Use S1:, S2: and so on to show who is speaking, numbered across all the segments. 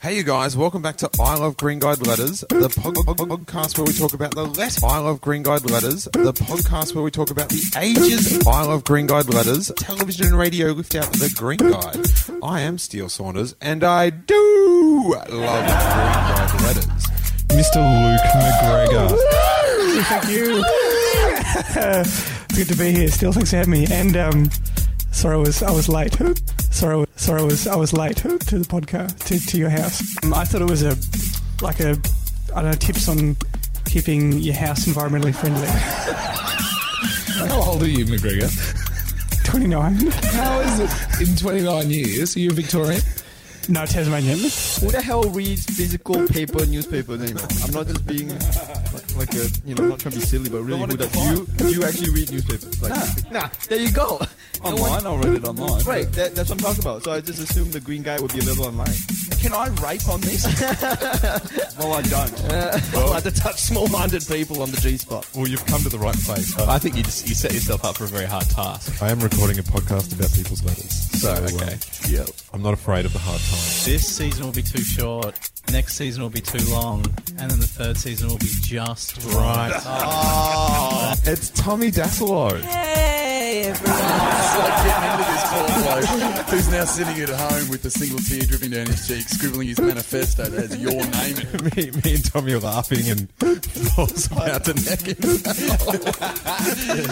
S1: Hey, you guys, welcome back to I Love Green Guide Letters, the pod- pod- podcast where we talk about the letter. I Love Green Guide Letters, the podcast where we talk about the ages. I Love Green Guide Letters, television and radio lift out the Green Guide. I am Steele Saunders, and I do love Green Guide Letters.
S2: Mr. Luke
S3: Oh,
S2: McGregor. Thank you. it's good to be here. Still, thanks for having me. And um, sorry, I was I was late. Sorry, I was- sorry, I was I was late to the podcast to, to your house. Um, I thought it was a like a I don't know tips on keeping your house environmentally friendly.
S3: How old are you, McGregor?
S2: Twenty nine.
S3: How is it in 29 years? Are you a Victorian?
S2: No, Tasmanian.
S4: Who the hell reads physical paper newspapers anymore? I'm not just being like, like a, you know, I'm not trying to be silly, but really good at you. You actually read newspapers. Like, nah, there you go.
S5: Oh.
S6: Online, I'll read it online.
S4: Right, that, that's what I'm talking about. So I just assumed the green guy would be available online.
S6: Can I rape on this?
S4: Well, I don't.
S6: I like to touch small-minded people on the G spot.
S3: Well, you've come to the right place.
S6: I think you just, you set yourself up for a very hard task.
S1: I am recording a podcast about people's letters, so
S6: Okay.
S1: um, I'm not afraid of the hard times.
S5: This season will be too short. Next season will be too long, and then the third season will be just right.
S1: It's Tommy Dasilo.
S6: Who's now sitting at home with a single tear dripping down his cheek, scribbling his manifesto that has your name in it.
S1: me, me and Tommy are laughing and falls about the neck.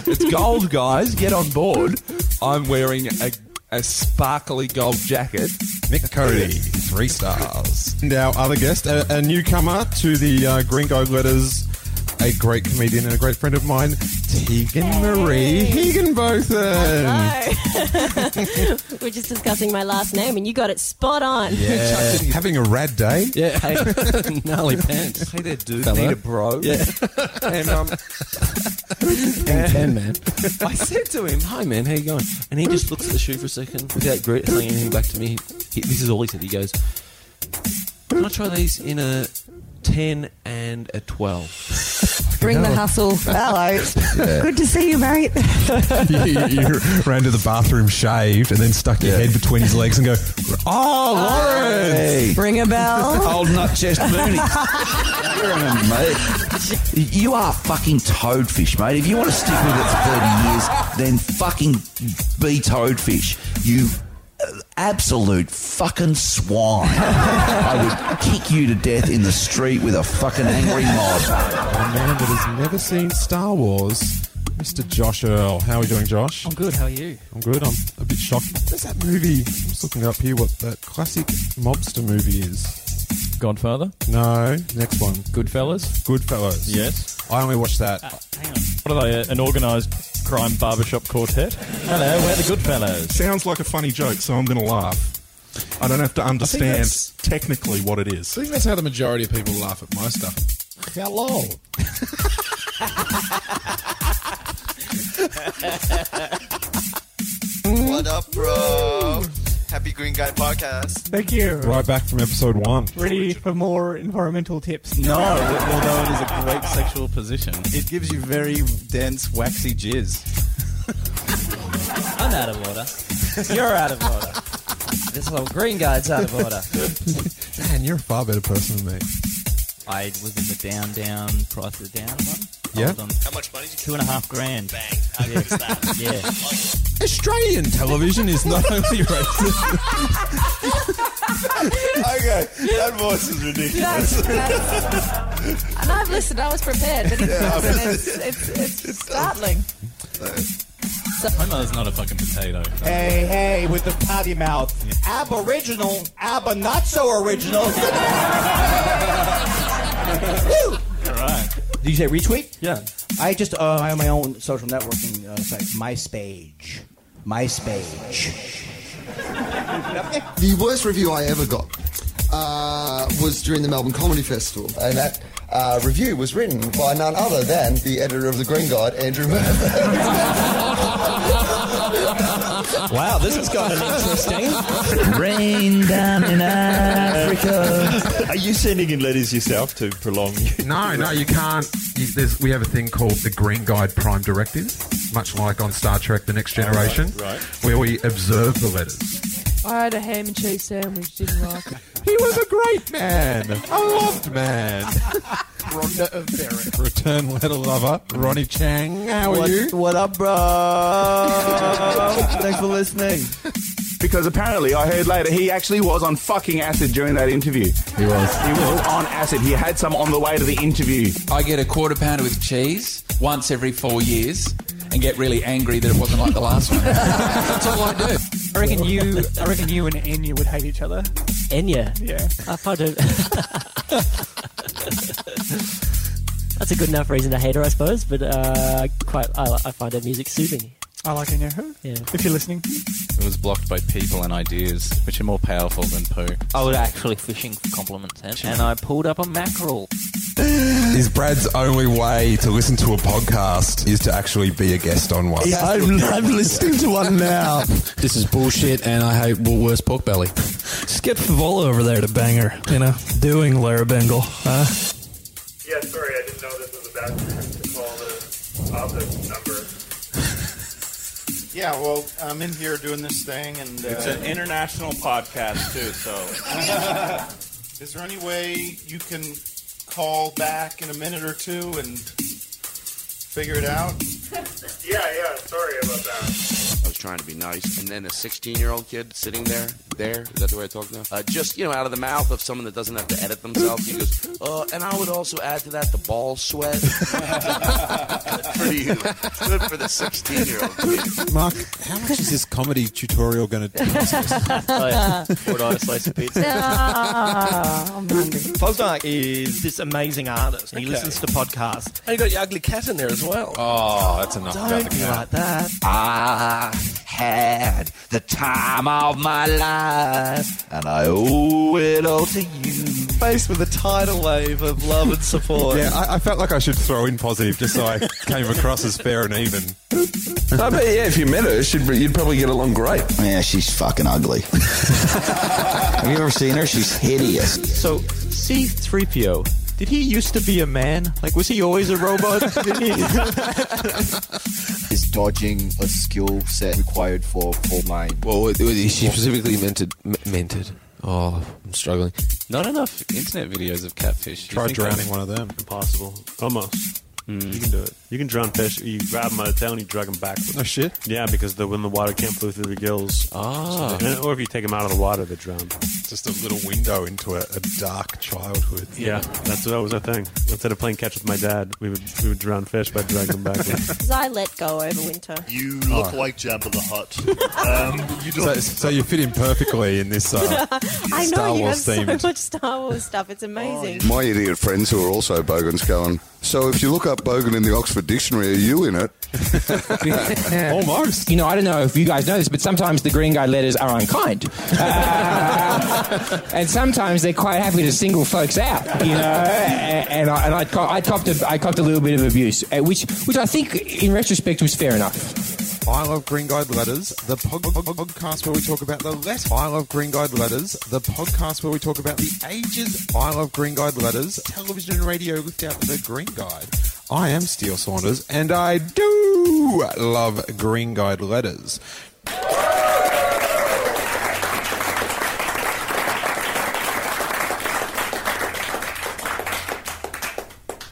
S3: It's gold, guys. Get on board. I'm wearing a, a sparkly gold jacket.
S1: Nick Cody, three stars. And our other guest, a, a newcomer to the uh, Gringo Letters, a great comedian and a great friend of mine, Tegan Marie Higginbotham.
S7: We're just discussing my last name, and you got it spot on.
S1: Having a rad day.
S6: Yeah, hey, gnarly pants.
S3: Hey there, dude.
S6: Fella.
S3: Need a bro.
S6: Yeah,
S3: And um,
S6: and ten man. I said to him, "Hi man, how you going?" And he just looks at the shoe for a second without grit- saying anything back to me. He, this is all he said. He goes, "Can I try these in a ten and a 12?
S8: Bring the hustle. Hello. Good to see you, mate.
S2: you, you ran to the bathroom, shaved, and then stuck your head between his legs and go,
S1: "Ah,
S3: Ah.
S2: "Oh, Lauren!"
S8: Ring a bell.
S6: Old nut chest Mooney.
S9: You are fucking toadfish, mate. If you want to stick with it for 30 years, then fucking be toadfish. You uh, absolute fucking swine. I would kick you to death in the street with a fucking angry mob.
S1: A man that has never seen Star Wars, Mr. Josh Earl. How are we doing, Josh?
S5: I'm good. How are you?
S1: I'm good. I'm a bit shocked. What's that movie? I'm just looking up here what that classic mobster movie is.
S6: Godfather,
S1: No, next one.
S6: Goodfellas.
S1: Goodfellas.
S6: Yes.
S1: I only watched
S5: Ah.
S1: that.
S5: Hang on.
S6: What are they? An organised crime barbershop quartet? Hello, we're the Goodfellas.
S2: Sounds like a funny joke, so I'm going to laugh. I don't have to understand
S3: that's-
S2: technically what it is.
S3: I think that's how the majority of people laugh at my stuff. Hello.
S4: What up, bro? Happy Green Guy podcast.
S2: Thank you.
S1: Right back from episode one.
S2: Ready for more environmental tips?
S5: No, although it is a great sexual position.
S6: It gives you very dense, waxy jizz.
S5: I'm out of order. You're out of order. This whole green guide's out of order.
S1: Man, you're a far better person than me.
S5: I was in the down, down, price of the down one.
S1: Yeah.
S5: How much money did you Two and a half grand. Bang. yeah.
S1: Australian television is not only racist.
S9: Okay, that voice is
S8: That's,
S9: ridiculous.
S8: that's- and I've listened. I was prepared, but it's, it's, it's, it's, startling.
S5: Homo's not a fucking potato.
S6: Hey, hey, with the potty mouth. Aboriginal, aber not so original.
S10: Did you say retweet?
S6: Yeah.
S10: I just uh, I have my own social networking uh, site, MySpace. MySpace.
S11: The worst review I ever got uh, was during the Melbourne Comedy Festival, and that uh, review was written by none other than the editor of the Green Guide, Andrew Murphy.
S6: Wow, this has got an interesting.
S9: Rain down in Africa.
S6: Are you sending in letters yourself to prolong?
S1: No, no, you can't. You, there's, we have a thing called the Green Guide Prime Directive, much like on Star Trek The Next Generation,
S6: Oh, right.
S1: where we observe the letters.
S12: I had a ham and cheese sandwich, didn't like it.
S1: He was a great man. A loved man.
S13: Rhonda of Berwick.
S1: Return letter lover, Ronnie Chang. How are
S13: What-
S1: you?
S13: What up, bro? Thanks for listening.
S14: Because apparently, I heard later he actually was on fucking acid during that interview. He was. He was on acid. He had some on the way to the interview.
S15: I get a quarter pounder with cheese once every four years and get really angry that it wasn't like the last one. That's all I do.
S2: I reckon you. I reckon you and Enya would hate each other.
S7: Enya.
S2: Yeah.
S7: I probably That's a good enough reason to hate her, I suppose. But uh, quite, I, I find her music soothing.
S2: I like Enya. Who?
S7: Yeah.
S2: If you're listening,
S16: It was blocked by people and ideas, which are more powerful than poo.
S17: I was actually fishing for compliments, and, and I pulled up a mackerel.
S1: Is Brad's only way to listen to a podcast is to actually be a guest on one?
S5: listening to one now. this is bullshit, and I hate Woolworths pork belly. Just get Favola over there to bang her. You know, doing Lara Bengal. Huh?
S18: Yeah, sorry, I didn't know this was about to call the office number.
S19: Yeah, well, I'm in here doing this thing, and uh,
S20: It's an international podcast too, so
S19: Is there any way you can call back in a minute or two and figure it out?
S18: Yeah, yeah, sorry about that.
S21: I was trying to be nice. And then a 16 year old kid sitting there, there, is that the way I talk now? Uh, just, you know, out of the mouth of someone that doesn't have to edit themselves. He goes, uh, and I would also add to that the ball sweat. Pretty good for the 16 year old kid.
S1: Mark, how much is this comedy tutorial going to cost us?
S22: Would I a slice of pizza?
S12: Ah, I'm hungry.
S22: Posdark is this amazing artist. and He
S12: Okay.
S22: listens to podcasts.
S6: And Oh, you got your ugly cat in there as well.
S21: Oh, that's enough
S22: Don't about the be cat. like that.
S9: I had the time of my life, and I owe it all to you.
S22: Faced with a tidal wave of love and support.
S1: Yeah, I, I felt like I should throw in positive just so I came across as fair and even.
S9: I bet, yeah, if you met her, she'd, you'd probably get along great. Yeah, she's fucking ugly. Have you ever seen her? She's hideous.
S22: So, C3PO, did he used to be a man? Like, was he always a robot? Did
S23: Is dodging a skill set required for full line?
S6: Well, what- what- is she specifically mentored? m- Mentored. Oh, I'm struggling.
S16: not enough internet videos of catfish. You
S1: Try
S16: think
S1: drowning
S16: I'm-
S1: one of them.
S11: Impossible. Almost.
S1: Mm.
S11: You can do it. You can drown fish. You grab them by the tail and you drag them backwards.
S1: No shit.
S11: Yeah, because the, when the water can't flow through the gills.
S1: Ah.
S11: So- and- or if you take them out of the water, they drown.
S1: Just a little window into a, a dark childhood.
S11: Yeah, that's that was our thing. Instead of playing catch with my dad, we would we would drown fish by dragging them backwards.
S7: Because I let go over winter.
S23: You
S1: look
S23: like Jabba the Hutt. Um, you
S1: So,
S23: don't.
S1: so you fit in perfectly in this. Uh, Star
S7: I know you have
S1: Wars
S7: so
S1: themed.
S7: much Star Wars stuff. It's amazing.
S24: My idiot friends who are also Bogans going, so if you look up Bogan in the Oxford Dictionary, are you in it?
S25: Almost. You know, I don't know if you guys know this, but sometimes the green guy letters are unkind. Uh, and sometimes they're quite happy to single folks out, you know. And, and I, and I, co- I, copped a, I copped a little bit of abuse, uh, which, which I think in retrospect was fair enough.
S1: I love Green Guide Letters, the pod- pod- podcast where we talk about the letter. I love Green Guide Letters, the podcast where we talk about the ages. I love Green Guide Letters, television and radio without the Green Guide. I am Steele Saunders, and I do love Green Guide Letters.